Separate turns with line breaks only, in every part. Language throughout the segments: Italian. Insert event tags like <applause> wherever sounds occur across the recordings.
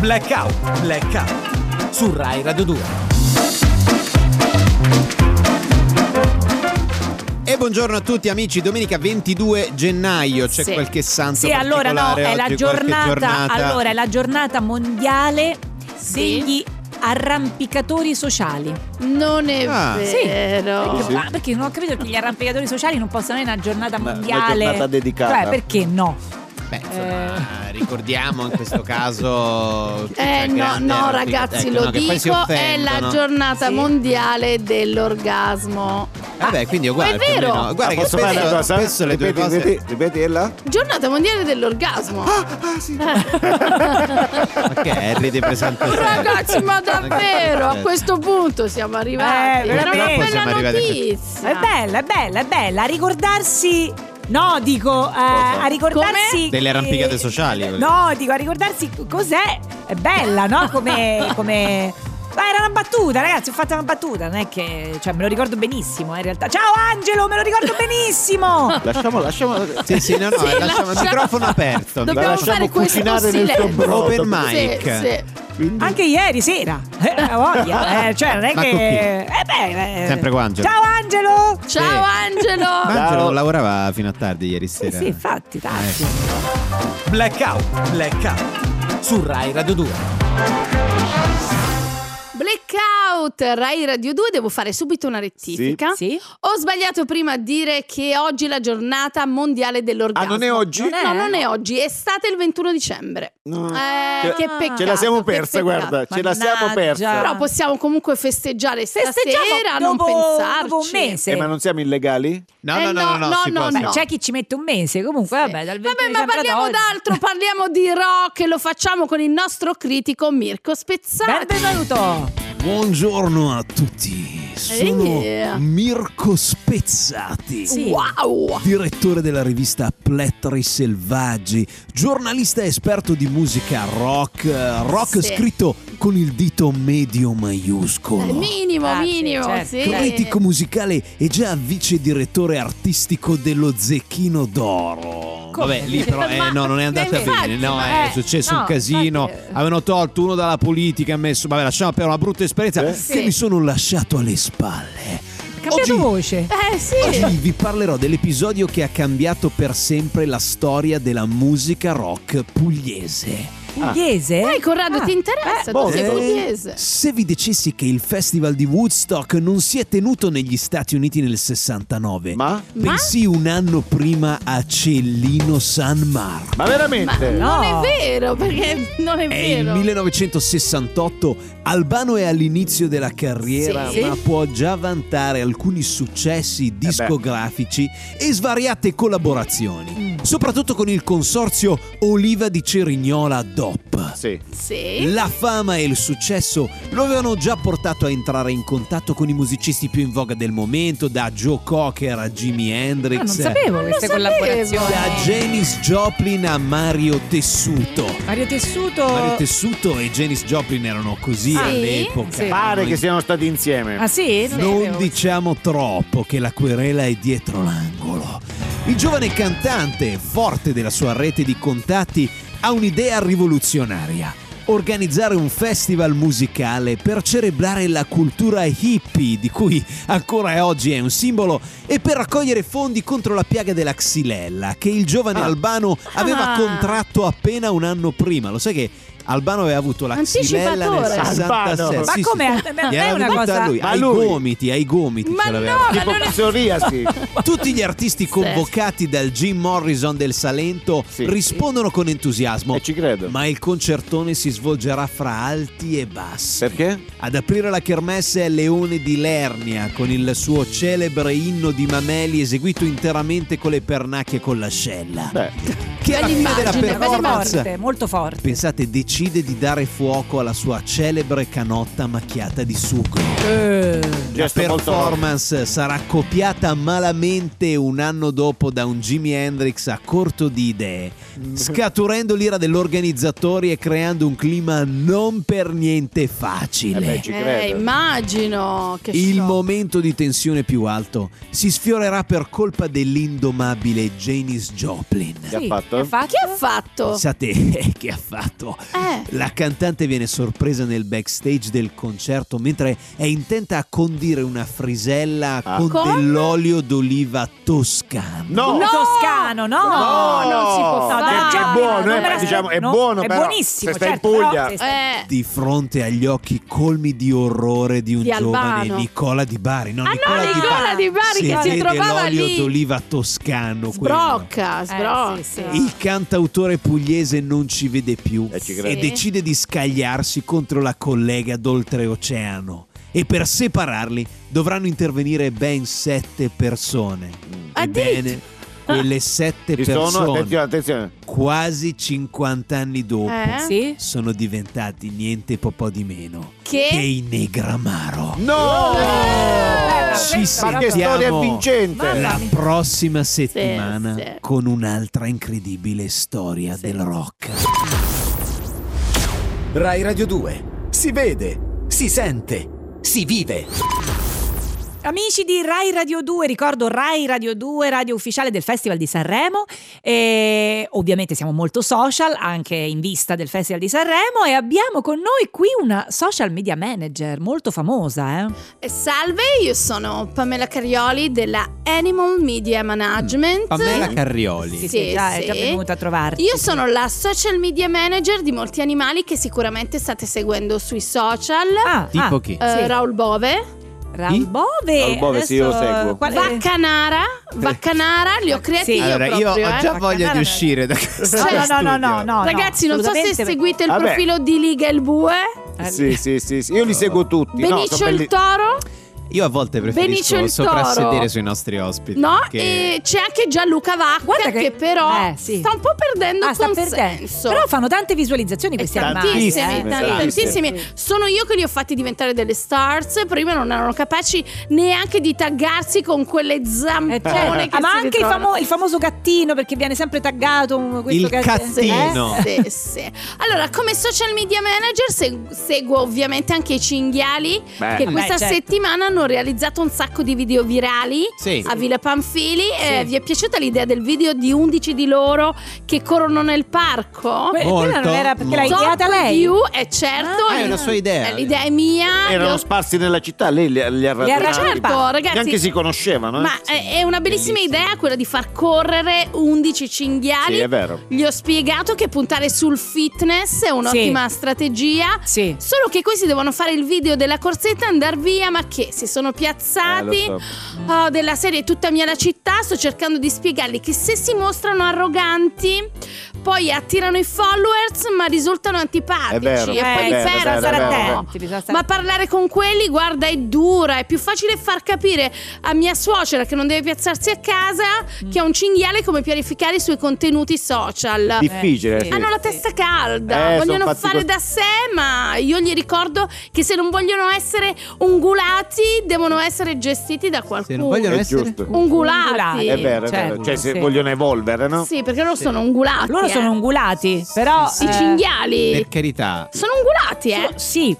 Blackout, Blackout su Rai Radio 2.
E buongiorno a tutti amici, domenica 22 gennaio c'è
Sì.
qualche santo
Sì, allora no,
particolare
è la
oggi, qualche
giornata,
giornata.
Allora, è la giornata mondiale
Sì.
degli arrampicatori sociali.
Non è
Ah.
vero. Eh,
Perché,
Sì.
ah, perché non ho capito che gli arrampicatori sociali non possono avere una giornata
Una- una
mondiale.
giornata dedicata.
Cioè, perché no?
Beh, insomma, ricordiamo in questo caso che c'è
Eh no,
Cioè, grande
no
arti-
ragazzi,
ecco,
lo
no, che poi si
dico, è
offendono.
la giornata
Sì.
mondiale dell'orgasmo.
Vabbè, quindi è uguale
Ma
più
è
o
vero!
meno. Guarda
Ma
Eh, che
Ah, posso fare una
spesso-
cosa?
spesso le due
ripeti,
cose
ripeti, ripeti, Ella?
Giornata mondiale dell'orgasmo.
Ah, Ma che è? Ridi
<laughs>
pesante
Ragazzi, ma davvero a questo punto siamo arrivati.
Eh,
Era una
veramente.
bella
Siamo arrivati a questo-
notizia.
È bella, è bella, è bella. A ricordarsi. No, dico, eh, a ricordarsi.
Come?
Delle arrampicate sociali, volevo
No, dico, a ricordarsi cos'è. È bella, no? Come. come... Ma era una battuta, ragazzi, ho fatto una battuta, non è che. Cioè, me lo ricordo benissimo, eh, in realtà. Ciao Angelo, me lo ricordo benissimo!
<laughs> Lasciamo, lasciamo.
Sì, sì, no, no,
Sì,
lasciamo il
lascia-
microfono aperto.
Dobbiamo
La lasciamo
fare questo
cucinare nel
silenzio.
suo brodo.
Open
Sì,
mic.
Sì,
Quindi-
Anche ieri sera, eh,
<laughs>
ha voglia, eh, cioè non è
Ma
che...
con chi?
Eh beh, eh.
Sempre con Angelo.
Ciao Angelo!
sì. Ciao
Ma
Angelo.
Angelo
Ciao.
lavorava fino a tardi ieri
Sì,
sera.
sì, infatti,
Eh.
tanti.
Blackout, Blackout su Rai Radio 2.
Blackout Rai Radio 2, devo fare subito una rettifica.
Sì?
Ho sbagliato prima a dire che oggi è la giornata mondiale
Ah,
dell'orgasmo.
non è oggi?
Non è?
No, non è oggi, è stata il 21 dicembre.
No.
Ah,
Eh,
Ce-
che peccato.
Ah. Ce la siamo
che
persa,
peccato.
guarda, ce la siamo
Mannaggia.
persa.
Però possiamo comunque festeggiare stasera,
Festeggiamo
non
dopo,
pensarci.
dopo un mese.
Eh, ma non siamo illegali?
No,
Eh,
no, no, no,
no,
si
no,
può,
Beh,
si può.
no.
C'è chi ci mette un mese, comunque,
Sì.
vabbè, dal 21
Vabbè, ma
dicembre ad
parliamo
oggi.
d'altro, parliamo di rock e lo facciamo con il nostro critico Mirko Spezzati.
Benvenuto!
Buongiorno a tutti, sono
Yeah.
Mirko Spezzati,
Sì.
Oh.
Wow!
direttore della rivista Plettri Selvaggi, giornalista esperto di musica rock, eh, rock
Sì.
scritto con il dito medio
Eh,
maiuscolo.
Minimo,
Ah, sì,
minimo,
certo.
sì.
Critico musicale e già vice direttore artistico dello Zecchino d'Oro.
Vabbè, lì però eh, no, non è andata
infatti,
bene. No,
ma-
è successo
Eh, no,
un casino.
infatti- eh,
Avevano tolto uno dalla politica, ha messo. Vabbè, lasciamo per una brutta esperienza.
Eh?
Sì.
Che mi sono lasciato alle spalle.
Ha cambiato
Oggi-
voce.
Eh sì,
Oggi vi parlerò dell'episodio che ha cambiato per sempre la storia della musica rock pugliese.
Ah.
Pugliese?
dai Corrado
Ah,
ti interessa, tu sei
Eh,
pugliese.
se vi dicessi che il festival di Woodstock non si è tenuto negli Stati Uniti nel 69,
Ma?
bensì un anno prima a Cellino San Marco.
Ma veramente?
Ma no.
Non è vero, perché non è
È il
vero.
1968, Albano è all'inizio della carriera,
Sì.
ma può già vantare alcuni
Eh
successi discografici e svariate collaborazioni,
Mm.
soprattutto con il consorzio Oliva di Cerignola DOP.
Sì.
Sì.
La fama e il successo lo avevano già portato a entrare in contatto con i musicisti più in voga del momento, da Joe Cocker a Jimi Hendrix.
Ah, non sapevo queste
sapevo.
collaborazioni.
Da Janis Joplin a Mario Tessuto.
Mario Tessuto...
Mario Tessuto e Janis Joplin erano così
Sì?
all'epoca.
Sì.
Pare
Non-
che siano stati insieme.
Ah sì?
Non
sapevo.
diciamo troppo che la querela è dietro l'angolo. Il giovane cantante, forte della sua rete di contatti, ha un'idea rivoluzionaria. Organizzare un festival musicale per celebrare la cultura hippie, di cui ancora oggi è un simbolo, e per raccogliere fondi contro la piaga della xylella, che il giovane Albano aveva
Ah.
contratto appena un anno prima. Lo sai che Albano aveva avuto la xylella nel
Anticipatore.
67.
Albano.
Ma
Sì, sì,
come?
sì.
Ma non
Gli
è
era
una
venuta
cosa-
a lui,
Ma
ai
lui?
gomiti, ai gomiti
Ma
ce l'aveva.
no,
tipo
non è-
psoriasi.
<laughs>
Tutti gli artisti convocati dal Jim Morrison del Salento
Sì. certo.
rispondono con entusiasmo.
e Eh, ci credo.
Ma il concertone si svolgerà fra alti e bassi.
Perché?
Ad aprire la kermesse è Leone di Lernia con il suo celebre inno di Mameli eseguito interamente con le pernacchie e con l'ascella.
Beh,
Che alla fine della
Bell'immagine,
Bella
performance
forte, molto forte.
Pensate, decide di dare fuoco alla sua celebre canotta macchiata di sugo. La
Gesto molto
performance sarà copiata malamente un anno dopo da un Jimi Hendrix a corto di
<laughs>
idee, scaturendo l'ira degli organizzatori e creando un clima non per niente
eh
facile.
beh, ci
Eh,
credo.
immagino che
Il
shock.
momento di tensione più alto si sfiorerà per colpa dell'indomabile Janis Joplin.
Che ha fatto? fatto?
fatto?
Che ha fatto?
Sapete <laughs> che ha fatto?
Esatto. Eh.
La cantante viene sorpresa nel backstage del concerto mentre è intenta a condire una frisella
Ah.
con
Come?
dell'olio d'oliva toscano.
No!
Un toscano, no!
No, non si può
No,
fare.
dai, è buono,
non
eh,
me la-
diciamo, è
no,
buono,
è
però,
buonissimo,
se stai in
certo, però
Puglia.
se stai-
Eh.
Di fronte agli occhi colmi di orrore di un
Di
giovane
Albano.
Nicola Di Bari. No,
Ah
Nicola
no,
Di Bari.
Nicola Di Bari che si
vede
trovava
l'olio
lì.
d'oliva toscano. quello.
Sbrocca, sbrocca.
Eh, sì, sì.
Il cantautore pugliese non ci vede più
Eh, ci
e
credo.
decide di scagliarsi contro la collega d'oltreoceano. E per separarli dovranno intervenire ben sette persone.
Ah,
Ebbene, quelle sette
Ci
persone,
sono, attenzione, attenzione.
quasi 50 anni dopo,
Eh?
Sì?
sono diventati niente po' po' di meno
Che?
che i Negramaro.
No!
Eh,
Ci
ma
Ma
sentiamo.
che storia vincente!
La prossima settimana
sì.
con un'altra incredibile storia del rock.
Rai Radio 2. Si vede, si sente, si vive.
Amici di Rai Radio 2, ricordo Rai Radio 2, radio ufficiale del Festival di Sanremo. E ovviamente siamo molto social, anche in vista del Festival di Sanremo. E abbiamo con noi qui una social media manager molto famosa. Eh?
Salve, io sono Pamela Carioli della Animal Media Management.
Pamela Carrioli.
Sì, sì,
Sì,
già,
sì.
è già venuta a trovarti.
Io sono la social media manager di molti animali che sicuramente state seguendo sui social.
Ah,
Tipo
ah,
chi?
Eh,
sì.
Raul Bove,
Raul Bove.
Raul Bove, sì, io lo
adesso,
seguo.
quale-
Vaccanara, Vaccanara, li ho creati
Sì.
io
Allora, io
proprio,
ho
eh.
già voglia di
Guarda,
uscire da questo
No, no, no, no, no,
studio.
no,
Ragazzi, non so se
assolutamente, Eh,
seguite il
Vabbè.
profilo di Liga il Bue,
perché-
Sì, sì, sì, sì, io li seguo tutti. no,
Benicio
sono
il
belli-
Toro,
Io a volte
Benicio
preferisco
il toro.
soprassedere sui nostri ospiti.
no?
che-
E c'è anche Gianluca Vacca
Guarda che-
che, però
eh, sì.
sta un po' perdendo
Ah, sta perdendo.
consenso.
Però fanno tante visualizzazioni
E
questi animali.
tantissimi,
eh.
esatto.
tan-
Tantissimi.
tantissimi. Sono io che li ho fatti diventare delle stars. Prima non erano capaci neanche di taggarsi con quelle
Eh,
zampone
certo.
che
Ah, ma
si
anche il,
ritrovano.
famo- il famoso gattino perché viene sempre taggato um, questo
Il
gat-
Sì,
cattino.
Eh?
No.
sì, sì. Allora, come social media manager se- seguo ovviamente anche i cinghiali
Eh.
Beh.
che
Beh,
questa
certo.
settimana hanno realizzato un sacco di video virali
Sì.
a Villa Panfili. Eh,
Sì.
vi è piaciuta l'idea del video di 11 di loro che corrono nel parco?
Que- quella non
Molto,
era perché l'ha
molto.
ideata
Top
lei.
View, è certo.
Ah, è una sua idea.
Eh, L'idea è mia.
Erano sparsi nella città, lei li, li ha
Li ha
Ma
radunati.
ragionati.
certo, ragazzi.
Neanche si conoscevano, eh?
Ma è, è una bellissima idea quella di far correre 11 cinghiali.
Sì, è vero. eh,
Gli ho spiegato che puntare sul fitness è un'ottima strategia.
Sì.
Solo che questi devono fare il video della corsetta e andare via, ma che si sono
Eh, lo
piazzati.
so.
Oh, della serie Tutta mia la città, sto cercando di spiegargli che se si mostrano arroganti, poi attirano i followers, ma risultano antipatici.
È vero,
e
è
Eh,
poi
vero,
li
è
perdono.
vero, è vero.
bisogna stare
Ma parlare con quelli, guarda, è dura. È più facile far capire a mia suocera che non deve piazzarsi a casa che ha un cinghiale come pianificare i suoi contenuti social.
Difficile,
Eh,
sì.
Hanno la testa calda,
Eh,
vogliono
son fatti
fare
cos-
da sé, ma io gli ricordo che se non vogliono essere ungulati, devono essere gestiti da qualcuno.
Se non vogliono
È
essere...
giusto.
Ungulati.
È vero, è
Certo,
vero. Cioè, se
sì.
vogliono evolvere, no?
Sì, perché loro sono ungulati.
Loro
eh.
sono ungulati, però
I
eh,
cinghiali
Per carità.
sono ungulati, eh.
so- Sì,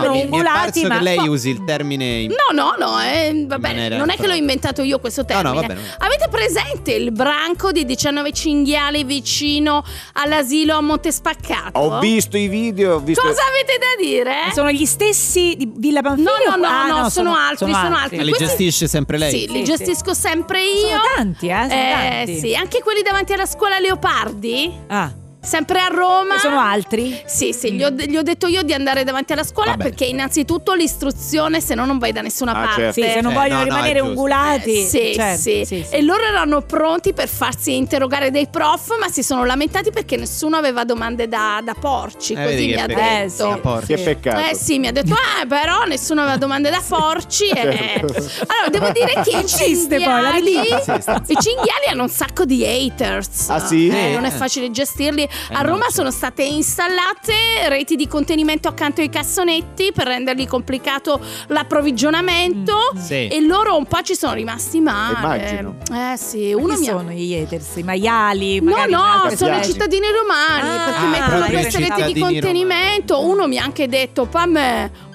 No, mi- mi è
ungulati,
parso
ma
che lei usi il termine in-
No, no, no, eh, vabbè,
maniera
non è che
impropria.
l'ho inventato io questo termine.
No, no, vabbè, no.
Avete presente il branco di 19 cinghiali vicino all'asilo a Montespaccato?
Ho visto i video, ho visto...
Cosa avete da dire?
sono gli stessi di Villa Panfili?
No, Eh? no, no,
Ah,
no, sono, altri, sono altri.
Ma li
Questi-
gestisce sempre lei?
Sì, li
Sì,
gestisco sempre io.
Sono tanti, eh, sono tanti.
sì, anche quelli davanti alla scuola Leopardi,
Ah,
sempre a Roma.
sono altri?
Sì, sì, gli ho, gli ho detto io di andare davanti alla scuola
Vabbè.
perché innanzitutto l'istruzione, se no non vai da nessuna
Ah,
parte.
certo.
Sì, se non
Eh,
vogliono
no, no, è
rimanere
giusto.
ungulati.
Eh, Sì,
certo,
sì. E loro erano pronti per farsi interrogare dei prof, ma si sono lamentati perché nessuno aveva domande da, da porci.
Eh,
così
vedi
mi
che
ha
peccato.
detto.
Eh, sì.
Ah, porca.
Che peccato.
Eh sì, mi ha detto, ah, però nessuno aveva domande da porci. eh.
certo.
Allora, devo dire che i
Insiste
cinghiali,
poi, la
i cinghiali hanno un sacco di haters.
Ah, sì?
Eh,
Eh.
non è facile gestirli.
Eh,
a
no,
Roma
sì.
sono state installate reti di contenimento accanto ai cassonetti per rendergli complicato l'approvvigionamento.
Mm,
Sì.
E loro un po' ci sono rimasti male.
Immagino.
Eh sì,
Uno
uno
chi
mi ha
sono gli haters, i maiali?
No,
magari
no,
un'altra
sono i
specie.
cittadini romani
Ah,
perché mettono
proprio i
queste reti di
cittadini romani.
contenimento. Uno mi ha anche detto, Pam,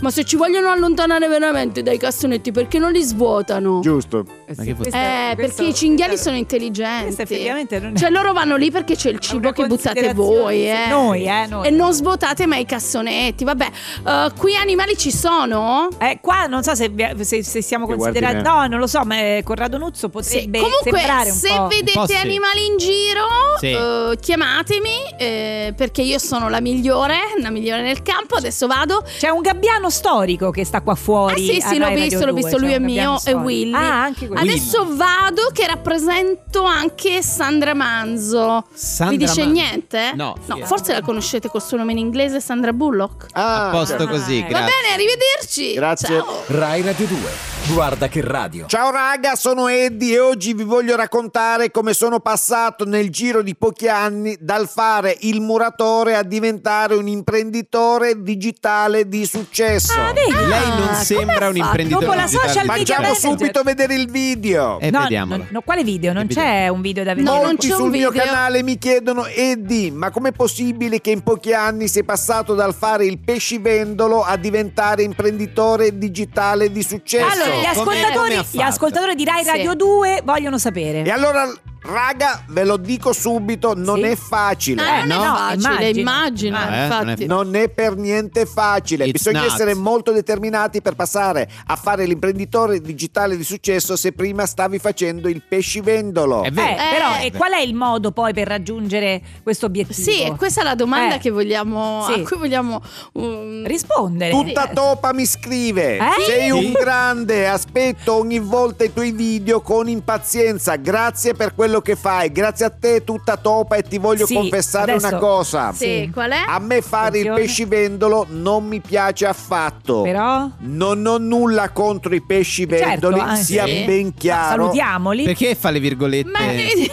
Ma se ci vogliono allontanare veramente dai cassonetti, perché non li svuotano?
Giusto.
Eh,
Ma che vuol-
Eh, perché i cinghiali sono intelligenti.
Questa effettivamente non è
Cioè loro vanno lì perché c'è il cibo
una
che buttate
considerazione,
voi,
sì.
eh.
Noi, eh, noi.
E non svuotate mai i cassonetti. Vabbè, Eh, qui animali ci sono?
Eh, qua non so se, vi- se- se stiamo
Che guardi
considerati.
me.
No, non lo so, ma eh, Corrado Nuzzo
Sì,
potrebbe sembrare
comunque
un
se
po'.
Un po'
vedete
sì.
animali in giro
Sì.
eh, chiamatemi eh, perché io sono la migliore, la migliore nel campo, adesso vado.
C'è un gabbiano storico che sta qua
Ah
fuori.
sì
a
sì l'ho
Rai Radio
visto, l'ho
2,
visto,
c'è
lui è
un gabbiano
mio e
storico.
Willy.
Ah, anche quello.
Adesso vado che rappresento anche Sandra Manzo.
Sandra
Vi dice
Man-
niente?
No.
forse la conoscete col suo nome in inglese Sandra Bullock.
Ah,
A posto
certo.
così,
Va
Va
grazie.
bene, arrivederci.
Grazie. Eh,
Ciao.
Rai Radio 2. Guarda che radio.
Ciao raga, sono Eddie e oggi vi voglio raccontare come sono passato nel giro di pochi anni dal fare il muratore a diventare un imprenditore digitale di successo.
Ah, vedi?
Lei
Ah,
non
come
sembra
ha
un
fatto?
imprenditore.
Dopo la
digitale.
social media
Facciamo
manager.
subito vedere il video.
E
no,
vediamolo.
no, no, quale video? Non
E eh, vediamo.
c'è un video da
Eh, No,
vedere.
non
Molti
c'è un
sul mio
video.
canale mi chiedono Eddie, ma com'è possibile che in pochi anni sei passato dal fare il pescivendolo a diventare imprenditore digitale di successo?
Allora, gli
Come-
ascoltatori,
come ha
gli
fatto?
ascoltatori di Rai
Sì.
Radio 2 vogliono sapere.
E allora, raga, ve lo dico subito, non
Sì.
è facile.
Ah, non
no,
è facile,
immagino.
immagino,
Ah, eh, non è
infatti.
Non è per niente facile,
It's
bisogna
nuts.
essere molto determinati per passare a fare l'imprenditore digitale di successo se prima stavi facendo il pescivendolo.
È
Eh,
vero.
però,
Eh.
e qual è il modo poi per raggiungere questo obiettivo?
Sì, e questa è la domanda
Eh.
che vogliamo,
Sì.
a cui vogliamo um,
rispondere.
Tutta topa mi scrive.
Eh?
Sei
Sì?
un grande, aspetto ogni volta i tuoi video con impazienza. Grazie per quello che fai. Grazie a te, tutta topa, e ti voglio
Sì,
confessare
adesso-
una cosa.
Sì,
Sì.
qual è?
A me fare il
Attenzione.
pescivendolo non mi piace affatto.
Però
Non ho nulla contro i pescivendoli,
Certo, anzi.
sia
Sì.
ben chiaro.
salutiamoli.
Perché fa le virgolette? <laughs>
Ma vedi-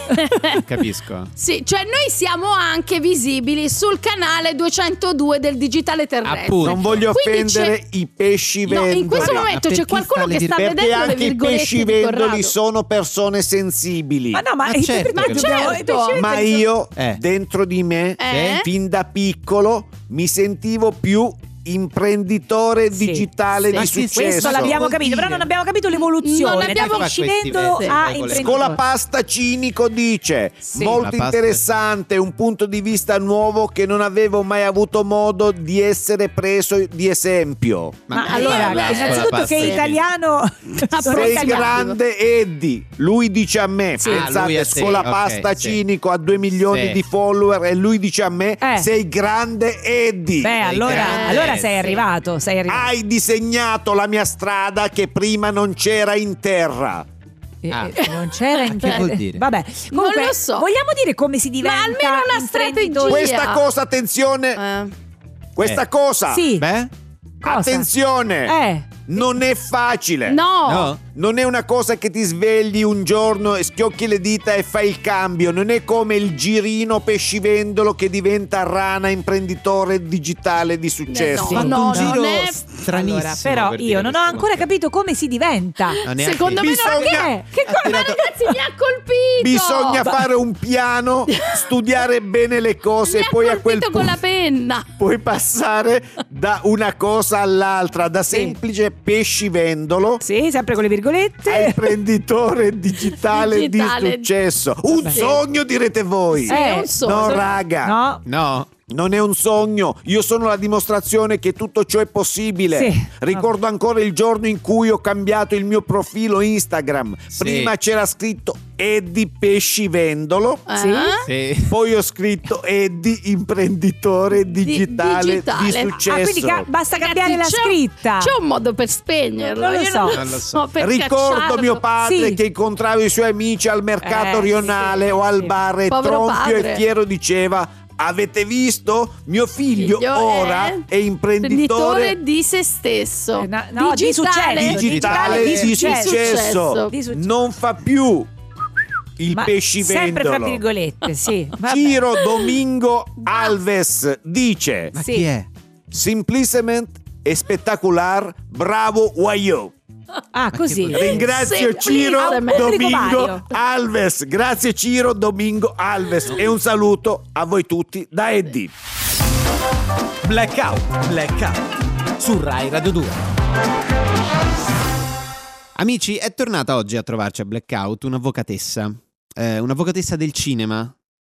Capisco.
Sì, cioè noi siamo anche visibili sul canale 202 del digitale terrestre.
Appunto.
Non voglio
Quindi c'è-
offendere i pescivendoli.
No, in questo
Ma
momento c'è
perché
qualcuno
fa le
che sta
dir-
perché
vedendo le
anche i
virgolette di
pescivendoli
Corrado.
sono persone sensibili.
Ma no, ma,
Ma certo
<laughs> ma
che lo
dobbiamo-
certo.
invece-
Ma io
Eh.
dentro di me,
Eh?
fin da piccolo, mi sentivo più imprenditore
Sì.
digitale
Sì.
di
Ma sì,
successo.
Questo
Adesso-
l'abbiamo capito, però non abbiamo capito l'evoluzione.
Non abbiamo-
dal
Fa
scivendolo
questi-
a
sì, regole.
Scola
imprenditore.
Pasta Cinico dice
Sì.
molto
La pasta-
interessante, un punto di vista nuovo che non avevo mai avuto modo di essere preso di esempio.
Ma
che
allora,
parla
innanzitutto
scuola
che è
passerina?
italiano <laughs> sono
Sei
italiano.
grande Eddie, lui dice a me,
Sì. Ah, lui
pensate
è sì,
scuola
ok,
pasta
sì.
cinico a 2 milioni
Sì.
di follower e lui dice a me,
Eh.
sei grande Eddie.
Beh, allora,
grande,
allora sei
sì.
arrivato, sei arrivato.
Hai disegnato la mia strada che prima non c'era in terra.
Oh,
Eh,
Ah.
eh, Non c'era in
che vuol dire?
Vabbè,
Non
comunque,
lo so.
vogliamo dire come si diventa
Ma almeno una
imprenditore?
strategia.
Questa cosa, attenzione,
Eh.
questa
Eh.
cosa,
Sì,
Beh?
cosa?
attenzione,
Eh,
non è facile.
No.
No.
Non è una cosa che ti svegli un giorno e schiocchi le dita e fai il cambio, non è come il girino pescivendolo che diventa rana imprenditore digitale di successo.
No,
Fatto
no,
un
non
giro
è-
stranissimo.
allora, però
per
io
dire
non ho
queste
ancora
cose.
capito come si diventa.
No, neanche
Secondo
io.
me non
Bisogna-
è.
Eh, che
Ha
cosa?
Ma
tirato-
ragazzi, mi ha colpito.
Bisogna
<laughs>
fare un piano, studiare bene le cose
Mi
e
ha
poi a quel
colpito con la
punto
penna.
puoi passare da una cosa all'altra, da semplice pescivendolo
Sì, sempre con le
a
virgolette.
imprenditore digitale,
Digitale.
di successo. Un
Vabbè.
sogno direte voi.
Sì, è un
Eh,
sogno.
No, raga.
No. Ah,
No.
Non è un sogno, io sono la dimostrazione che tutto ciò è possibile.
Sì.
Ricordo ancora il giorno in cui ho cambiato il mio profilo Instagram.
Sì.
Prima c'era scritto Eddie Pescivendolo,
Eh?
Sì.
Sì.
poi ho scritto Eddie Imprenditore Digitale di,
digitale.
Ah, quindi
Successo.
ca- basta cambiare la
Ragazzi, c'è-
scritta.
C'è un modo per spegnerlo.
Non lo
Io
so.
Non lo so.
per
Ricordo
cacciarlo.
mio padre
Sì.
che incontrava i suoi amici al mercato
Eh,
rionale
sì,
o al
sì.
bar e
Povero
tronfio
padre.
e fiero diceva Avete visto? Mio figlio,
Figlio
ora
è-
è imprenditore
Imprenditore di se stesso.
Eh, no, no, di
digitale.
successo.
digitale di
successo.
successo.
Di successo.
non fa più il
Ma Sempre fra
pescivendolo.
virgolette, sì. vabbè.
Ciro
<laughs>
Domingo Alves dice
Ma
Sì.
chi è?
Simplicement e spettacular, bravo Wayo.
Ah, così.
vuol dire?
Ringrazio
Semplicemente.
Ciro
Al pubblico vario.
Domingo Alves. Grazie Ciro Domingo Alves e un saluto a voi tutti da Eddie.
Blackout, blackout. su Rai Radio 2.
Amici, è tornata oggi a trovarci a Blackout un'avvocatessa, eh, un'avvocatessa del cinema.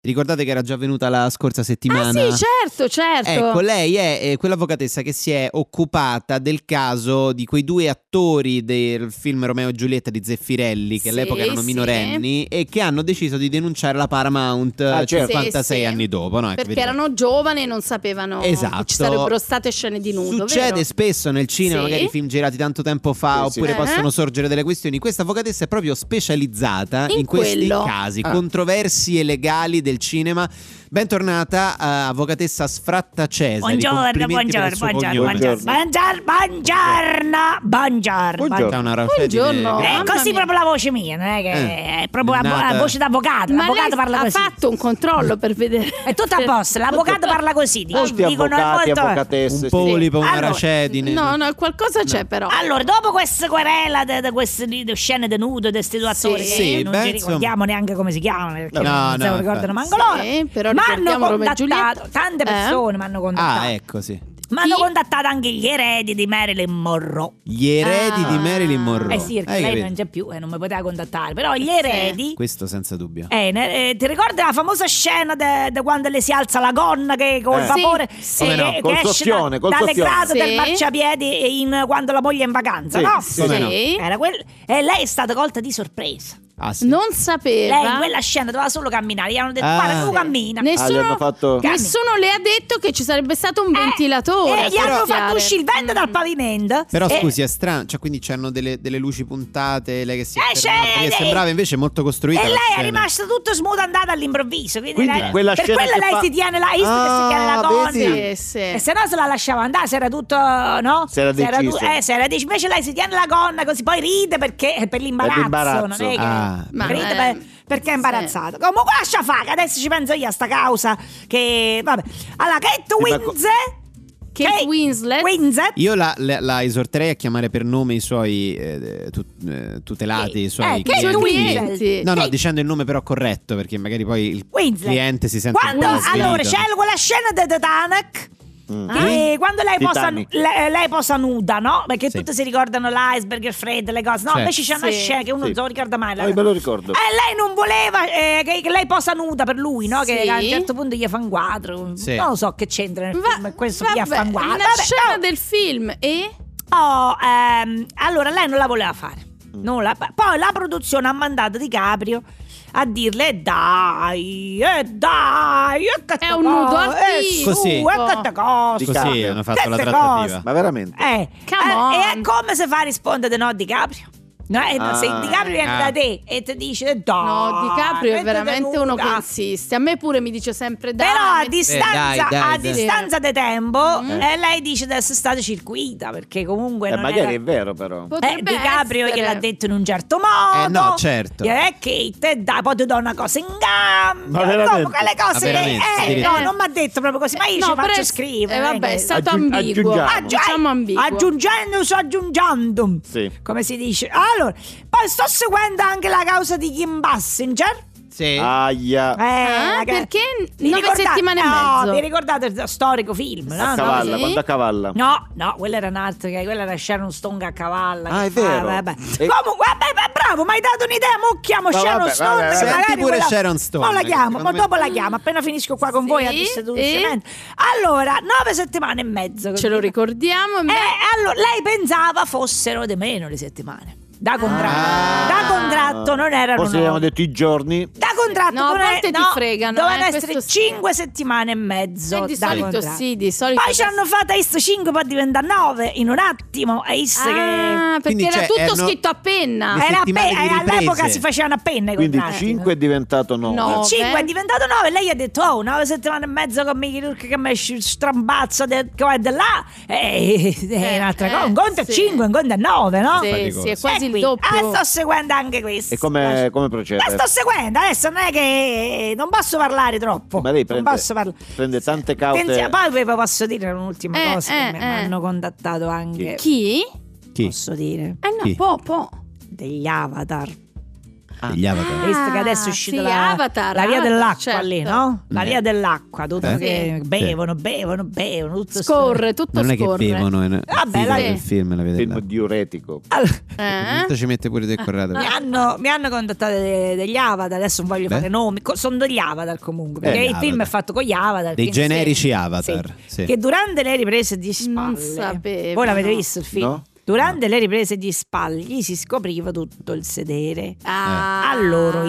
Ricordate che era già venuta la scorsa settimana?
Ah sì, certo, certo.
Ecco, lei è eh, quell'avvocatessa che si è occupata del caso di quei due attori del film Romeo e Giulietta di Zeffirelli, che
Sì,
all'epoca erano
sì.
minorenni, e che hanno deciso di denunciare la Paramount
Ah, certo.
56
Sì, sì.
anni dopo. No? Ecco,
Perché
vedi.
erano giovani Oh, e non sapevano che
Esatto.
ci sarebbero state scene di nudo.
Succede
vero?
spesso nel cinema,
Sì.
magari film girati tanto tempo fa,
Sì, sì.
oppure
Eh.
possono sorgere delle questioni. Questa avvocatessa è proprio specializzata in,
In
questi
quello.
casi,
Ah.
controversie legali del cinema. Bentornata, eh, avvocatessa Sfratta Cesare.
Buongiorno,
Complimenti per
buongiorno,
il suo
buongiorno,
cognome.
buongiorno, buongiorno, buongiorno, buongiorno.
Buongiorno.
C'è una raffica di-
Buongiorno.
Eh,
Mamma
così
mia.
proprio la voce mia, non è che
Eh,
è proprio la, vo-
nata.
la voce d'avvocato.
Ma lei
l'avvocato parla
ha
così.
fatto un controllo per vedere.
È
<laughs>
tutto a posto, l'avvocato parla così. dico-
Molti
dicono
avvocati,
molto-
avvocatesse.
Un polipo, una
Allora,
racedine.
No, no, qualcosa c'è però.
Allora, dopo questa querela di queste di- di scene di nudo, di questi due
Sì.
attori, che
Sì,
non
beh,
ci
insomma.
ricordiamo neanche come si chiamano, perché
No,
non se
no,
lo ricordano manco
infatti.
loro.
Sì, però
ma hanno
ricordiamo Romeo e
contattato
Giulietta.
tante
Eh?
persone, mi hanno contattato.
Ah, ecco sì.
Ma hanno
Chi?
contattato anche gli eredi di Marilyn Monroe.
Gli eredi
Ah.
di Marilyn Monroe.
Eh sì, perché
Hai
lei
capito?
non c'è più e non mi poteva contattare. Però
Eh,
gli eredi.
Questo senza dubbio.
Eh, ne- eh, ti ricordi la famosa scena de- de quando le si alza la gonna che col
Eh.
vapore
Sì,
che-
sì. Come
no,
che
col
esce da-
soffione, col
dalle
soffione.
grate del
Sì.
marciapiedi in- quando la moglie è in vacanza,
Sì,
no?
sì.
Come no?
Sì.
Era quel- e lei è stata colta di sorpresa.
Ah, sì.
Non
Lei in
sapeva.
quella scena doveva solo camminare. Gli hanno detto:
Ah.
Guarda, tu cammina.
Ah, gli hanno
Nessuno,
fatto-
nessuno le ha detto che ci sarebbe stato un
Eh,
ventilatore.
E
a
gli hanno
scoppiare.
fatto uscire il vento dal
Mm.
pavimento.
Però
E-
scusi, è strano, cioè quindi c'erano delle, delle luci puntate, lei che si
Eh,
alternava,
c'è-
perché
lei-
sembrava invece molto
E
costruita. la
lei è
scena.
rimasta tutto smutandata all'improvviso. Quindi,
Quindi
lei-
quella
per
scena
quella
che
lei
fa-
si tiene la, hai visto che si
Ah,
tiene la
vedi?
gonna.
Sì, sì.
E se no se la lasciava andare, se era tutto, no?
Si era
Se era
deciso.
tu- eh, se era deciso. Invece lei si tiene la gonna così, poi ride perché è per l'imbarazzo.
l'imbarazzo.
Non è che
Ah,
Ma,
ride
eh,
per- perché è imbarazzato. Comunque lascia fare, che adesso ci penso io a sta causa. Che vabbè. Allora, Kate
ma co-
Winslet.
Kate Winslet.
Winslet.
Io la, la- la esorterei a chiamare per nome i suoi eh, tu- eh, tutelati, i suoi
Eh, che
clienti.
Winslet.
Clienti.
No, no,
Che-
dicendo il nome però corretto, perché magari poi il
Winslet.
cliente si sente
quando,
un po' svilito.
allora c'è quella scena di Titanic che quando lei posa,
Titanic.
le- lei posa nuda, no? Perché
Sì.
tutti si ricordano l'iceberg, il freddo, le cose. No,
Certo.
invece c'è una
Sì.
scena che uno
Sì.
non se lo ricorda mai.
Ah, me lo ricordo.
E lei non voleva eh, che, che lei posa nuda per lui, no? Che
Sì.
a un certo punto gli fa un quadro.
Sì.
Non lo so che c'entra nel
Va-
film. Questo gli
vabbè,
fa un quadro.
la
Vabbè,
scena
no.
del film e
Oh, ehm, allora lei non la voleva fare.
Mm.
Non la- poi la produzione ha mandato DiCaprio a dirle "Eh dai, eh dai, eh, che
È
sta
un nudo
cosa, eh,
artistico.
su, eh, che sta cosa.
Così hanno fatto la
Queste
trattativa.
Ma veramente?
Eh,
Come
eh,
on.
e è come se fa a rispondere no a DiCaprio. No, eh, no, se
Ah.
DiCaprio viene
Ah.
da te e ti dice "Eh, dai,
no, DiCaprio è
mettete
veramente uno che
nuda".
insiste. A me pure mi dice sempre dai.
Però a
metti-
distanza,
Eh, dai, dai,
a
dai.
distanza di tempo,
Mm.
eh, lei dice adesso è stata circuita perché comunque
Eh,
non
magari
era-
è vero però.
eh,
potrebbe
DiCaprio
essere.
gliel'ha detto in un certo modo.
Eh, no, certo.
Eh, Kate, dai, poi ti do una cosa in
Ma
gamba.
veramente?
Dopo quelle
Ma Ah,
cose. lì,
veramente,
eh,
sì,
no,
sì.
non mi ha detto proprio così, ma io
No,
ci
però
faccio
è-
scrivere. Ah,
eh, vabbè, è stato
Aggiung-
ambiguo.
aggiungiamo.
Aggi- diciamo ambiguo.
Aggiungendo su aggiungendum.
Sì.
Come si dice? Allora, poi sto seguendo anche la causa di Kim Bassinger.
Sì.
Aia.
Eh,
Ah,
raga-
perché
Vi
nove
ricordate-
settimane e
No,
mezzo.
vi ricordate il storico film? No,
a
no,
cavalla,
sì.
quando a cavalla.
No, no, quella era un'altra, che- quella era Sharon Stone a cavalla.
Ah,
che
è vero.
fa, vabbè.
E-
Comunque, vabbè, beh, bravo, mi hai dato un'idea, mo chiamo
No,
Sharon
vabbè,
Stone.
vabbè,
che
vabbè.
magari
Senti pure
quella-
Sharon Stone,
Mo la
che
chiamo,
secondo
poi
me-
dopo la chiamo, appena finisco qua con
Sì,
voi a
e?
distanziamento. Allora, nove settimane e mezzo.
Ce lo
capito?
ricordiamo.
Eh,
ma-
allora, lei pensava fossero di meno le settimane. Da contratto.
Ah.
Da contratto non erano
Forse gli abbiamo
nove.
detto i giorni.
Da contratto
No, a
doveva-
volte ti
no,
fregano,
Dovevano
eh,
essere
questo sì.
5 settimane e mezzo.
Eh, di
da
solito
contratto.
sì, di solito
esatto, Poi ci hanno fatto IS 5, poi diventa 9 in un attimo. E IS che.
Ah,
Quindi,
perché era
cioè,
tutto
erano-
scritto a penna.
Le
Era a
settimane di
pe- eh, all'epoca
riprese.
si facevano a penna i
Quindi
contratti.
5 è diventato 9.
No.
5
Vabbè.
è diventato 9 lei ha detto oh 9 settimane e mezzo con Mickey Rourke che mi esce il strambazzo de- qua e de là e,
Eh,
un'altra cosa
eh,
un conto
sì.
è 5 un conto è 9 no?
Sì,
faticoso.
sì, è quasi
E
il
qui-
doppio.
ah, sto seguendo anche questo
E come, come procede?
Ma sto seguendo, adesso non è che eh, non posso parlare troppo.
Ma lei prende-
non posso parlare.
prende tante caute.
Pensi- poi vi posso dire un'ultima
Eh,
cosa
eh,
che mi
eh.
hanno contattato anche.
Chi?
Chi?
Posso dire
Eh no,
Chi?
po', po'.
degli avatar.
Degli avatar.
Ah,
Visto che adesso è uscita
sì,
la,
Avatar,
la via
Avatar,
dell'acqua
certo.
lì, no? La
Eh.
via dell'acqua, dove
Eh.
che
Sì.
bevono, bevono, bevono, tutto sto-
Scorre, tutto
Non è che
scorre.
bevono. È un
Vabbè,
titolo
dai.
del film, la
Film
vedete.
diuretico.
Allora,
Eh?
Ci mette pure decorato.
mi, hanno, mi hanno contattato de- degli avatar, adesso non voglio
Beh.
fare nomi, co- sono degli avatar comunque, perché
Eh,
il film
avatar.
è fatto con gli avatar.
Dei
quindi
generici
sì.
avatar.
Sì.
Sì.
Che durante le riprese di
Non
spalle,
sapevo,
voi l'avete
no.
visto il film?
No.
Durante le riprese di spalle gli si scopriva tutto il sedere.
Ah.
A loro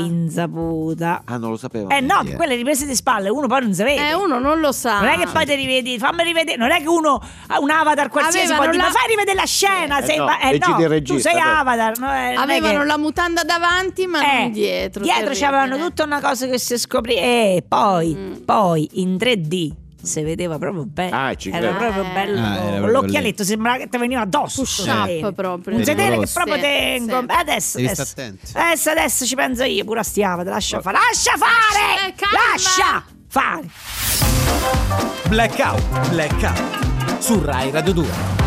insaputa.
Ah, non lo sapevo.
Eh no,
eh.
quelle riprese di spalle uno poi non si vede.
Eh, uno non lo sa.
Non è che poi te rivedi, fammi rivedere, non è che uno ha un avatar qualsiasi
Avevano
poi dice,
la-
"Ma fai rivedere la scena,
Eh,
sei,
no,
ma- eh,
leggi
no,
del
tu
regista,
sei
allora.
avatar, no, eh, non è
Avevano
che-
la mutanda davanti, ma
Eh,
non dietro. cioè, eh.
dietro
terribile.
c'avevano tutta una cosa che si scoprì e poi,
Mm.
poi in 3D si vedeva proprio bene,
Ah, ci
era
credo.
proprio
Eh.
bello,
Ah, era proprio
l'occhialetto sembrava che ti veniva addosso,
push
il
up
sedere.
proprio.
un sedere che
Doloroso.
proprio Eh, te
Sì,
ingom-
sì.
adesso,
Devi stare Oh.
adesso,
attenti.
adesso, adesso ci penso io, pure a sti avatar, lascia fare, lascia fare,
Eh, calma.
lascia fare.
Blackout, blackout su Rai Radio 2.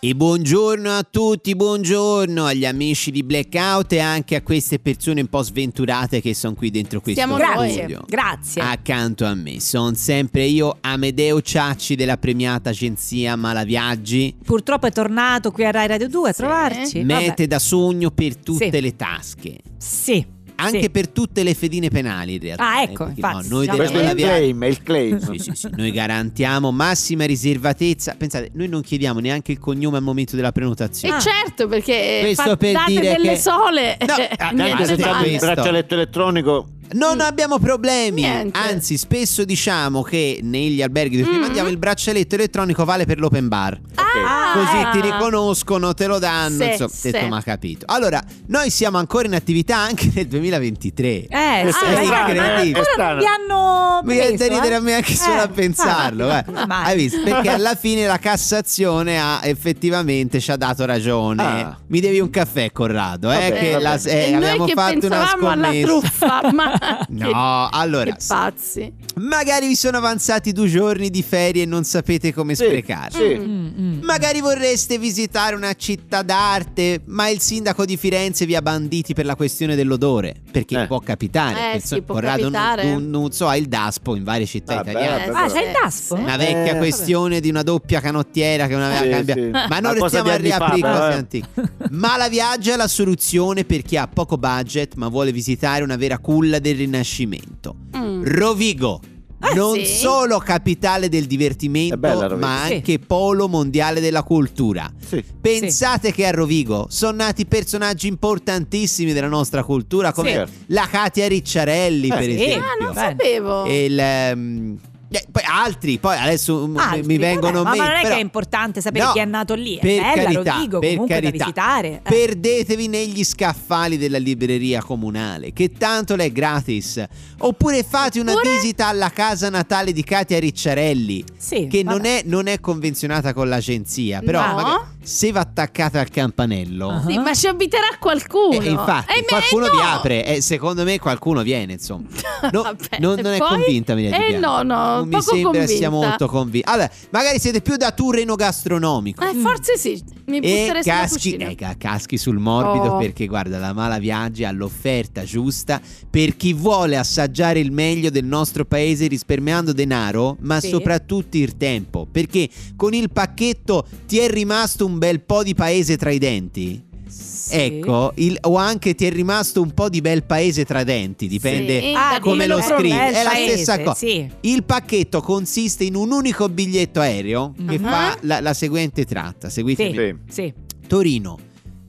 E buongiorno a tutti, buongiorno agli amici di Blackout e anche a queste persone un po' sventurate che sono qui dentro questo
Siamo noi.
Grazie,
studio.
grazie.
Accanto a me sono sempre io, Amedeo Ciacci della premiata agenzia Malaviaggi,
Purtroppo è tornato qui a Rai Radio 2 a trovarci.
mete
Vabbè.
da sogno per tutte
Sì.
le tasche.
Sì.
Anche
sì.
per tutte le fedine penali in realtà.
Ah,
eh,
ecco,
perché
infatti,
no, noi
già
della
Questo è il
Malaviaggi
claim, è il claim.
Sì, sì, sì, noi garantiamo massima riservatezza. Pensate, noi non chiediamo neanche il cognome al momento della
E
ah.
prenotazione.
certo, perché
Questo
fa-
per
date
dire
delle
che-
sole.
<laughs>
Eh,
No, ah,
Niente
no, aspetta,
male.
il
questo.
braccialetto elettronico
Non abbiamo problemi.
Mm. Niente.
Anzi, spesso diciamo che negli alberghi dove
Mm.
mandiamo il braccialetto elettronico vale per l'open bar.
Ah,
Così ti riconoscono, te lo danno.
Sì,
insomma,
sì.
detto, ma capito. Allora, noi siamo ancora in attività anche nel 2023.
Eh, sì,
Questo
è
eh,
strano,
ancora
eh, è
strano.
non vi hanno
Mi viene da
preso,
ridere
eh?
a me anche solo
Eh,
a pensarlo.
ah,
eh.
come mai?
Hai visto? Perché
<laughs>
alla fine la Cassazione ha effettivamente ci ha dato ragione.
Ah.
Mi devi un caffè, Corrado. eh,
Vabbè,
che
vabbè.
la- eh,
E noi
abbiamo
che
fatto una
pensavamo alla
scommessa.
truffa, <laughs> ma-
No, allora, eh,
che pazzi.
magari vi sono avanzati due giorni di ferie e non sapete come
Sì,
sprecarli.
sì.
Mm, mm.
Magari vorreste visitare una città d'arte, ma il sindaco di Firenze vi ha banditi per la questione dell'odore. Perché
Eh.
può capitare.
Eh,
Perso-
sì, può
Corrado Nu-
capitare.
Nu- Nuzzo ha il DASPO in varie città
Vabbè,
Eh,
italiane.
vabbè,
Ah,
vabbè.
c'è il DASPO?
Una vecchia
Eh,
questione di una doppia canottiera che non aveva
Sì,
cambiato.
sì.
Ma
Ma
non
cosa
restiamo a
di anni fa,
riaprire
però,
cose
eh.
antiche. Ma la viaggia è la soluzione per chi ha poco budget ma vuole visitare una vera culla del Rinascimento.
Mm.
Rovigo.
Eh,
non
sì.
solo capitale del divertimento,
È bella Rovigo.
ma
Sì.
anche polo mondiale della cultura.
Sì.
Pensate che a Rovigo sono nati personaggi importantissimi della nostra cultura, come
Certo.
la Katia Ricciarelli,
Eh,
per
sì.
esempio.
Ah, non
Bene.
sapevo.
E il, ehm, eh, poi altri, poi adesso mm,
Altri,
mi vengono
vabbè,
a
ma
mente,
non è
però-
che è importante sapere
No,
chi è nato lì. È
per
bella,
carità,
Rovigo,
per
comunque
carità.
da visitare. Eh.
Perdetevi negli scaffali della libreria comunale, che tanto le è gratis. Oppure fate una
Oppure-
visita alla casa natale di Katia Ricciarelli,
Sì,
che
vabbè.
non è, non è convenzionata con l'agenzia, però
No.
magari se va attaccata al campanello.
Ah.
Sì, ma ci abiterà qualcuno.
E, e eh? infatti,
Eh, ma-
qualcuno
eh,
vi
no.
apre. E secondo me qualcuno viene, insomma. <laughs> No,
<laughs> Vabbè,
non, non
e
è
poi?
convinta, Maria Di
Eh,
Biagio.
no, no,
Non mi
poco
sembra sia
convinta.
molto convinta. Allora, magari siete più da tour enogastronomico.
Mm.
Eh, forse sì, mi
E
butterei sulla
caschi,
cucina.
eh, ca- caschi sul morbido
Oh.
perché guarda la Mala Viaggi ha l'offerta giusta per chi vuole assaggiare il meglio del nostro paese risparmiando denaro ma
Sì.
soprattutto il tempo perché con il pacchetto ti è rimasto un bel po' di paese tra i denti
Sì.
Ecco, il- o anche ti è rimasto un po' di bel paese tra i denti, dipende.
Sì.
Ah,
da
come lo
dimmelo
scrivi,
proprio,
è la
paese,
stessa cosa.
Sì.
Il pacchetto consiste in un unico biglietto aereo che
Mhm.
fa la, la seguente tratta. Seguitemi.
Sì.
Sì.
Sì.
Torino,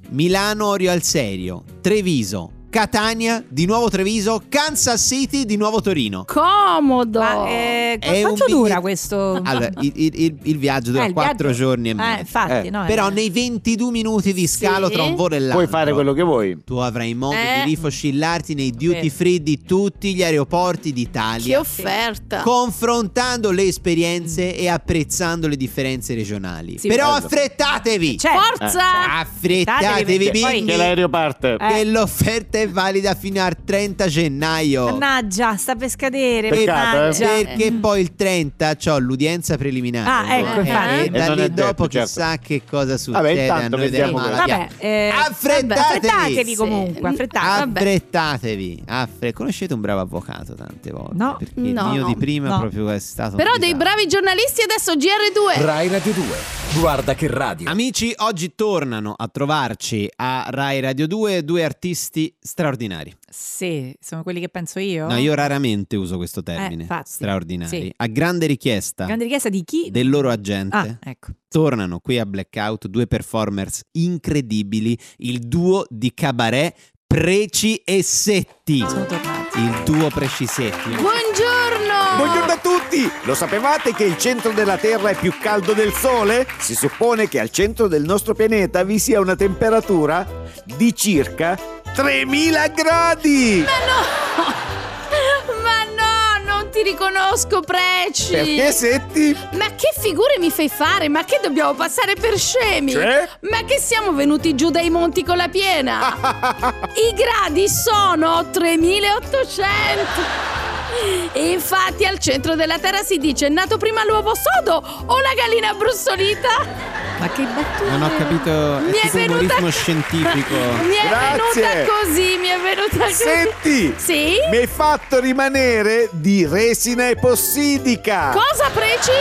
Milano, Orio al Serio, Treviso, Catania, di nuovo Treviso, Kansas City, di nuovo Torino.
Comodo.
Ma eh,
È un
quanto
biglietto-
dura questo?
Allora, il, il- il- il viaggio dura
Oh. Eh, il
4
viaggio-
giorni e
Eh,
mezzo.
infatti,
Eh,
no,
Però
eh.
nei 22 minuti di scalo
Sì.
tra un volo e l'altro
Puoi fare quello che vuoi.
Tu avrai modo
Eh.
di rifoscillarti nei duty
Vero.
free di tutti gli aeroporti
che
d'Italia,
offerta.
confrontando le esperienze e apprezzando le differenze regionali.
Sì,
Però
bello.
affrettatevi!
Cioè,
Forza!
Eh, certo, Affrettatevi,
Poi-
Che
bimbi!
l'aereo parte.
Eh.
Che l'offerta è è valida fino al 30 gennaio.
Mannaggia, sta per scadere.
Peccato, eh.
mannaggia.
Perché poi il 30 ho l'udienza preliminare. Eh,
Ah, ecco, infatti.
E
E
da
non è
lì
detto,
dopo
certo.
chissà che cosa succede
Vabbè,
a
intanto
noi dei
vediamo
malapiani.
Vabbè,
Affrettatevi!
eh,
Ah.
vabbè, affrettatevi
Sì.
comunque, affrettatevi.
vabbè.
Affrettatevi, affre- conoscete un bravo avvocato tante volte?
No.
perché
No,
il mio
no,
di prima
no.
proprio è stato.
Però
un
dei
disastro.
bravi giornalisti adesso GR2.
Rai Radio 2. Guarda che radio.
Amici, oggi tornano a trovarci a Rai Radio 2 due artisti straordinari.
Sì, sono quelli che penso io.
No, io raramente uso questo termine.
Oh. Eh, infatti.
straordinari.
Sì.
A grande richiesta
Grande richiesta di chi?
del loro agente.
Ah, ecco.
Tornano qui a Blackout due performers incredibili, il duo di cabaret Preci e Setti.
Sono tornati.
Il duo Preci Setti.
Buongiorno.
Buongiorno a tutti! Lo sapevate che il centro della Terra è più caldo del Sole? Si suppone che al centro del nostro pianeta vi sia una temperatura di circa 3000 gradi!
Ma no, <laughs> non ti riconosco, Preci.
Perché setti?
Ma che figure mi fai fare? Ma che dobbiamo passare per scemi?
Cioè?
Ma che siamo venuti giù dai monti con la
<laughs>
piena? I gradi sono 3800. E infatti al centro della terra si dice è nato prima l'uovo sodo o la gallina brustolita?
Ma che battuta.
Non ho capito,
Mi
è
è
tipo un
venuta
umorismo scientifico.
Mi è
Grazie.
venuta così, mi è venuta così.
Setti!
Sì?
Mi hai fatto rimanere di resina epossidica!
Cosa preci?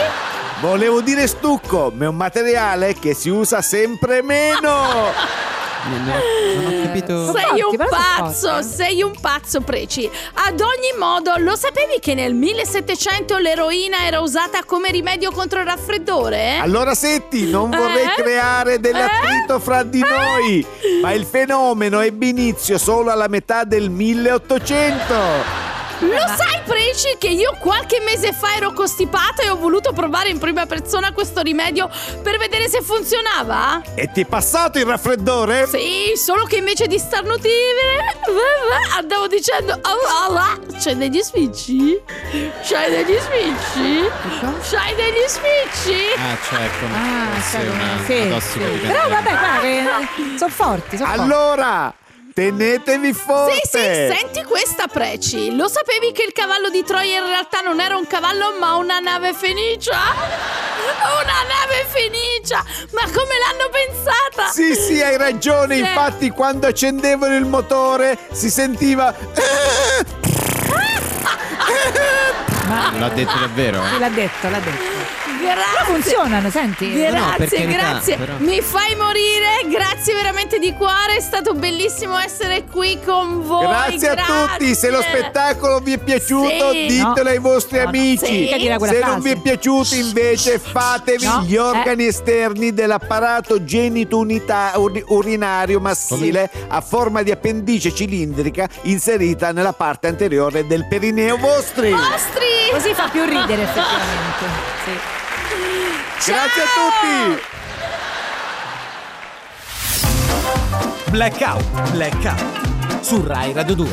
Volevo dire stucco, ma è un materiale che si usa sempre <laughs> meno!
Non ho- non ho capito.
Sono
Sei
forti,
un
però sono
pazzo,
forti, eh.
sei un pazzo preci. Ad ogni modo, lo sapevi che nel 1700 l'eroina era usata come rimedio contro il raffreddore?
Allora Setti, non vorrei
Eh?
creare dell'attrito
Eh?
fra di
Eh?
noi, ma il fenomeno ebbe inizio solo alla metà del 1800.
Lo sai preci che io qualche mese fa ero costipata e ho voluto provare in prima persona questo rimedio per vedere se funzionava?
E ti è passato il raffreddore?
Sì, solo che invece di starnutire andavo dicendo "Ah, ah, ah, c'è degli spicci? C'hai degli spicci? C'hai degli spicci?
Ah, certo, ma
Ah,
forse è
sai come-
una,
sì,
una
sì.
tossicodipendenza.
Però vabbè, guarda che sono forti, sono forti.
Allora, tenetevi forte!
Sì, sì, senti questa Preci. Lo sapevi che il cavallo di Troia in realtà non era un cavallo, ma una nave fenicia? Una nave fenicia! Ma come l'hanno pensata?
Sì, sì, hai ragione.
Sì.
Infatti, quando accendevano il motore si sentiva.
L'ha detto davvero?
Sì, L'ha detto, l'à detto.
Grazie.
Funzionano, senti.
Grazie,
No, no, per carità,
grazie.
però.
Mi fai morire. Grazie veramente di cuore. È stato bellissimo essere qui con voi.
Grazie a tutti. Se lo spettacolo vi è piaciuto,
Sì.
ditelo
No.
ai vostri
No, no.
amici.
Sì. Mica
dire quella
Se
frase.
non vi è piaciuto, invece, fatevi
No.
gli organi esterni dell'apparato genitunita ur- urinario maschile a forma di appendice cilindrica inserita nella parte anteriore del perineo vostri.
Oh, Vostri.
Così fa più ridere effettivamente. Sì.
Grazie a tutti.
Blackout, blackout su Rai Radio 2.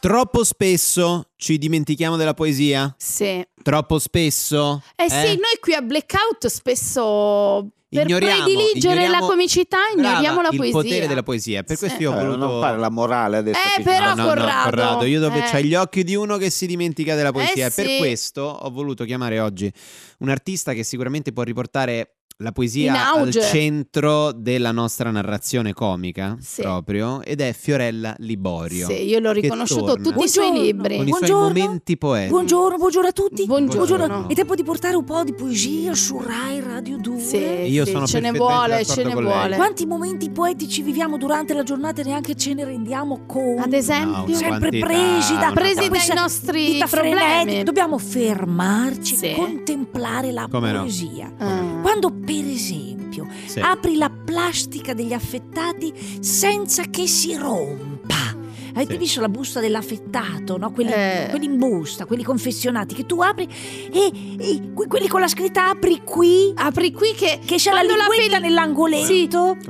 Troppo spesso ci dimentichiamo della poesia.
Sì.
Troppo spesso.
Eh sì, noi qui a Blackout spesso per
Ignoriamo-
prediligere
ignoriamo-
la comicità
Brava,
ignoriamo la poesia.
Il potere della poesia. Per
Sì.
questo io ho
Eh,
voluto.
Non fare la morale adesso.
Eh,
che-
però-
No, no, no,
Corrado.
Corrado, io dopo
Eh.
c'hai gli occhi di uno che si dimentica della poesia.
Eh,
e per
sì.
questo ho voluto chiamare oggi un artista che sicuramente può riportare la
In
poesia al
auge.
centro della nostra narrazione comica,
Sì.
proprio, ed è Fiorella Liborio.
Sì, io l'ho
che
riconosciuto
torna
tutti i suoi
Buongiorno.
Con
libri.
i suoi
Buongiorno.
momenti poetici.
Buongiorno, buongiorno a tutti.
Buongiorno.
È tempo di portare un po' di poesia su Rai Radio 2.
Sì,
Io
sì,
sono
ce ne
perfettamente
vuole,
d'accordo
ce ne
con lei.
vuole.
Quanti momenti poetici viviamo durante la giornata e neanche ce ne rendiamo conto.
Ad
No,
esempio,
una
Sempre
quantità,
presi da-
una
presi
da
dai
questa
nostri
vita frenetica.
problemi.
Dobbiamo fermarci,
Sì.
contemplare la
Come no?
poesia.
Ah.
Quando, per esempio,
Sì.
apri la plastica degli affettati senza che si rompa. Avete
Sì.
visto la busta dell'affettato, no? quelli,
Eh.
quelli in busta, quelli confezionati, che tu apri e, e que- quelli con la scritta apri qui,
apri qui che,
che c'è la
quando
linguetta
apri-
nell'angoletto.
Sì,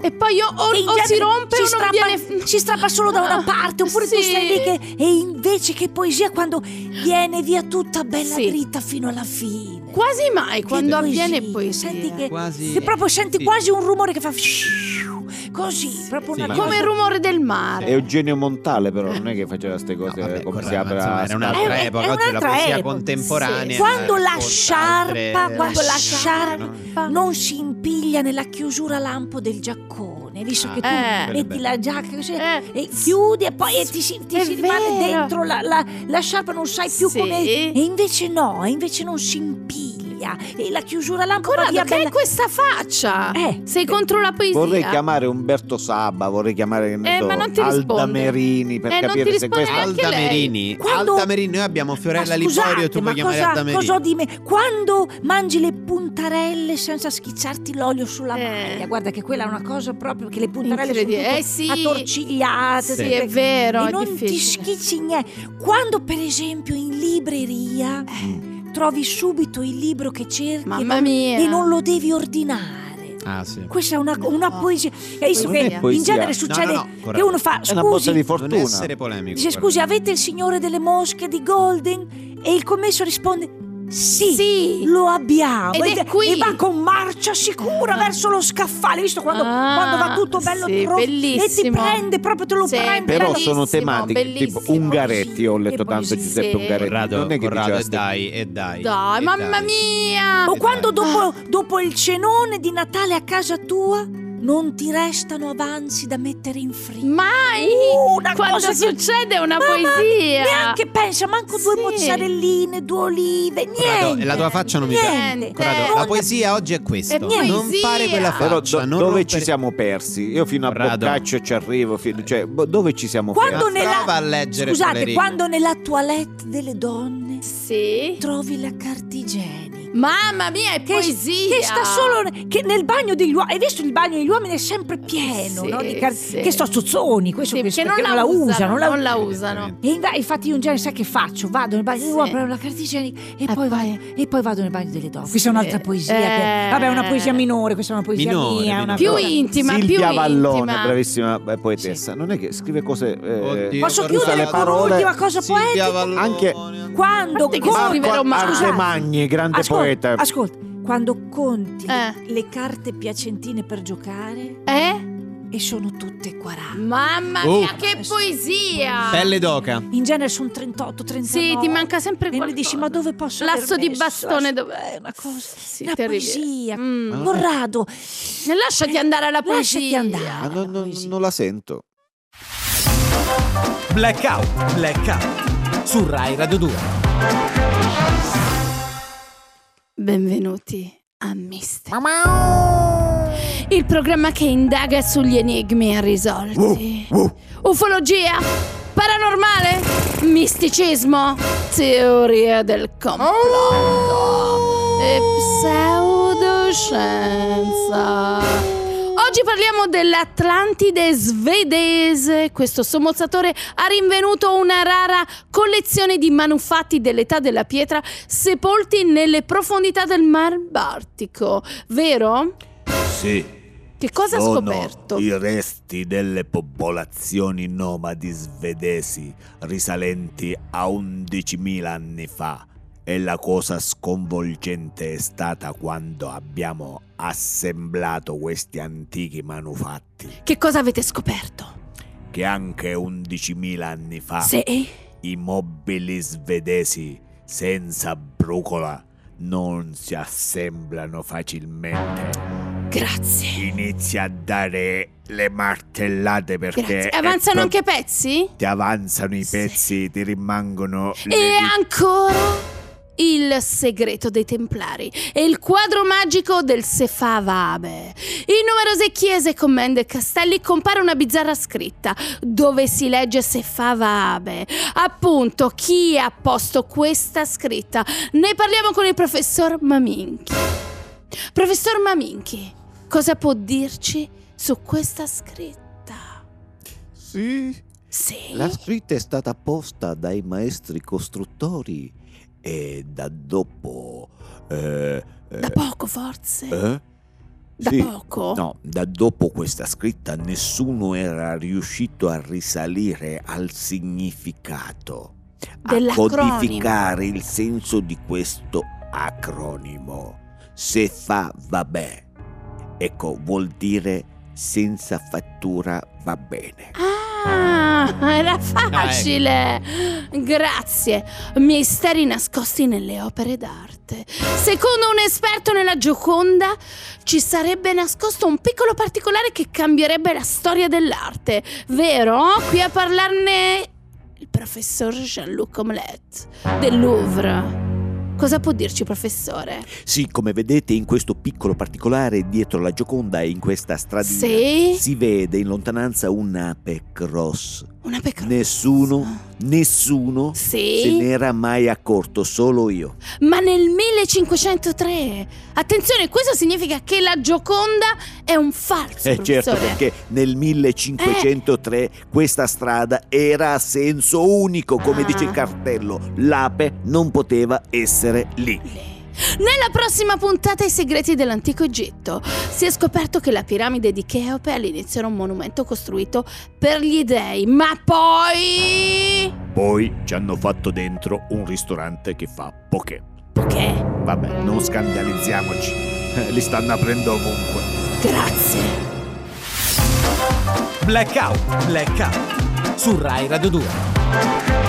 E poi o, o-
E in
o
genere
si rompe
si
o non
strappa,
viene. Ah,
si strappa solo da una parte oppure tu
Sì.
stai lì che e invece che poesia quando viene via tutta bella
Sì.
dritta fino alla fine
Quasi mai
Che
quando
poesia,
avviene poesia.
senti che
Quasi-
se proprio senti
sì.
quasi un rumore che fa
Così, proprio
Sì,
una
ma-
cosa-
Come il rumore del mare.
È Eugenio Montale, però, non è che faceva queste cose
No, vabbè,
come
corretto,
si apre
insomma,
la
era
scatola.
un'altra
È- è
epoca, oggi la
un'altra
poesia
epoca,
contemporanea.
sì.
Quando la
racconta
sciarpa-
altre-
quando la
no?
sciarpa non si impiglia nella chiusura lampo del giaccone, visto che tu
Ah, eh.
metti la giacca così
Eh.
e chiudi e poi e ti si, ti
È
si rimane
vero.
dentro la, la- la sciarpa, non sai più
Sì.
come. E invece no, e invece non si impiglia e la chiusura lampo va
Corrado,
via
che
bella-
è questa faccia?
Eh.
Sei contro la poesia?
Vorrei chiamare Umberto Sabba, vorrei chiamare che ne
ah. Eh,
so,
ma non ti risponde.
Alda Merini per
Eh, non
capire
ti
se
risponde
questa
neanche
Alda
lei.
Merini.
Quando-
Alda Merini, noi abbiamo Fiorella
Ma scusate,
Liborio e tu
ma
puoi chiamare
cosa,
Alda Merini.
cosa ho di me? Quando mangi le puntarelle senza schiacciarti l'olio sulla
Eh.
maglia, guarda che quella è una cosa proprio che le puntarelle sono
Incredibile.
tutte
Eh sì.
attorcigliate.
Sì,
tutte-
è vero,
E
è
non ti
difficile.
schicci niente. Quando per esempio in libreria trovi subito il libro che cerchi
Eh. Mamma
e non-
mia.
e non lo devi ordinare.
Ah, sì.
Questa è una, una
No.
poesia. E visto
Non
che
è
in
poesia.
genere
No,
succede
no, no,
che
corretto.
uno fa
È una botta
scusi,
di
Non
fortuna.
essere polemico.
Dice
guarda.
scusi, avete il signore delle mosche di Golden? E il commesso risponde sì,
Sì.
lo abbiamo.
Ed è
e,
qui.
e va con marcia sicura verso lo scaffale, visto quando,
Ah,
quando va tutto bello
sì,
pro- e ti
bellissimo.
prende proprio te lo
Sì,
prende.
Però
bello.
sono
Bellissimo,
tematiche, tipo
bellissimo.
Ungaretti, ho letto
Che
tanto
poesia.
Giuseppe Ungaretti.
Corrado,
non è che
Corrado,
diceva
e
ste-
dai, e dai.
Dai,
e
mamma
dai.
mia!
O
Ah.
quando
dai.
dopo, dopo il cenone di Natale a casa tua non ti restano avanzi da mettere in frigo.
Mai!
Uh, una
quando
cosa che-
succede è una
Mamma mia,
poesia!
Neanche pensa, manco due
Sì.
mozzarelline, due olive,
Corrado,
niente.
la tua faccia non mi piace.
Niente.
Corrado,
Eh,
la
non-
poesia oggi è questo.
È
non
poesia.
fare quella faccia.
Però do-
non
dove
rompere-
ci siamo persi? Io fino a
Corrado.
Boccaccio ci arrivo, fino- cioè, bo- dove ci siamo
Quando
persi?
Ma
nella-
prova a leggere quelle
Scusate,
righe.
quando nella toilette delle donne
Sì.
trovi la carta igienica.
Mamma mia, è poesia!
Che sta solo che nel bagno degli uomini. Hai visto il bagno degli uomini è sempre pieno,
Sì,
no? Di car-
sì.
Che sto zozzoni, questo
Sì,
che,
perché
che
non la, usano,
non la
non la
Evidentemente.
usano.
E inva- infatti io in genere sai che faccio? Vado nel bagno degli
Sì.
uomini, prendo la carta igienica e, poi, vai- e poi vado nel bagno delle donne. Questa è
Sì.
un'altra poesia. che-
Eh.
vabbè, è una poesia minore, questa è una poesia
Minore,
mia.
minore.
Una
Più
cosa-
intima,
Silvia
più
Vallone,
intima.
bravissima eh, poetessa, non è che scrive cose... eh,
Oddio,
Posso
guarda-
usa
chiudere
le
con
parole...
un'ultima cosa
Silvia
poetica?
Vallone.
Anche-
Quando
parte che scriverò mai.
Scusate.
Artemagni, grande
ascolta,
poeta.
Ascolta, quando conti
Eh.
le carte piacentine per giocare
Eh?
e sono tutte 40.
Mamma
Oh.
mia, che poesia!
Pelle d'oca.
In genere sono 38, 39.
Sì, ti manca sempre
E
qualcosa.
mi dici, ma dove posso aver
L'asso di
messo?
bastone
L'asso-
dove...
eh, una cosa.
Sì,
una
terribile.
poesia.
Mm.
Corrado,
Lasciati andare alla poesia.
lasciati andare.
Ah, no, no, non la sento.
Blackout, blackout su Rai Radio 2.
Benvenuti a Mister. Il programma che indaga sugli enigmi irrisolti. Ufologia, paranormale, misticismo, teoria del complotto e pseudoscienza. Oggi parliamo dell'Atlantide svedese. Questo sommozzatore ha rinvenuto una rara collezione di manufatti dell'età della pietra sepolti nelle profondità del Mar Baltico. Vero?
Sì.
Che cosa ha
sono
scoperto?
I resti delle popolazioni nomadi svedesi risalenti a 11.000 anni fa. E la cosa sconvolgente è stata quando abbiamo assemblato questi antichi manufatti
Che cosa avete scoperto?
che anche 11.000 anni fa
Sì.
i mobili svedesi senza brucola non si assemblano facilmente.
Grazie.
Inizia a dare le martellate perché
Grazie.
è
Avanzano
pro-
anche pezzi?
ti avanzano i
Sì.
pezzi, ti rimangono le
E
dita.
ancora il segreto dei Templari e il quadro magico del Sefavabe. In numerose chiese, commende e castelli compare una bizzarra scritta dove si legge Sefavabe. Appunto, chi ha posto questa scritta? Ne parliamo con il professor Maminchi. Professor Maminchi, cosa può dirci su questa scritta?
Sì.
Sì.
La scritta è stata posta dai maestri costruttori e da dopo eh, eh,
Da poco, forse?
eh?
Da
Sì.
poco?
No, da dopo questa scritta nessuno era riuscito a risalire al significato, a
Dell'acronimo.
codificare il senso di questo acronimo. Se fa, vabbè. Ecco, vuol dire
senza fattura va bene.
Ah, era facile! Grazie. Misteri nascosti nelle opere d'arte. Secondo un esperto nella Gioconda, ci sarebbe nascosto un piccolo particolare che cambierebbe la storia dell'arte, vero? Qui a parlarne il professor Jean-Luc Omelette del Louvre. Cosa può dirci, professore?
Sì, come vedete in questo piccolo particolare dietro la Gioconda e in questa stradina
Sì?
si vede in lontananza un'ape cross.
Una pecora.
Nessuno, nessuno se
Sì?
n'era mai accorto, solo io.
Ma nel 1503! Attenzione, questo significa che la Gioconda è un falso,
Eh certo,
professore.
perché nel 1503 questa strada era a senso unico, come
Ah.
dice il cartello. L'ape non poteva essere lì.
Nella prossima puntata I segreti dell'antico Egitto si è scoperto che la piramide di Cheope all'inizio era un monumento costruito per gli dei, ma poi...
Poi ci hanno fatto dentro un ristorante che fa poche.
Perché?
Vabbè, non scandalizziamoci. Eh, Li stanno aprendo ovunque.
Grazie.
Blackout, blackout su Rai Radio 2.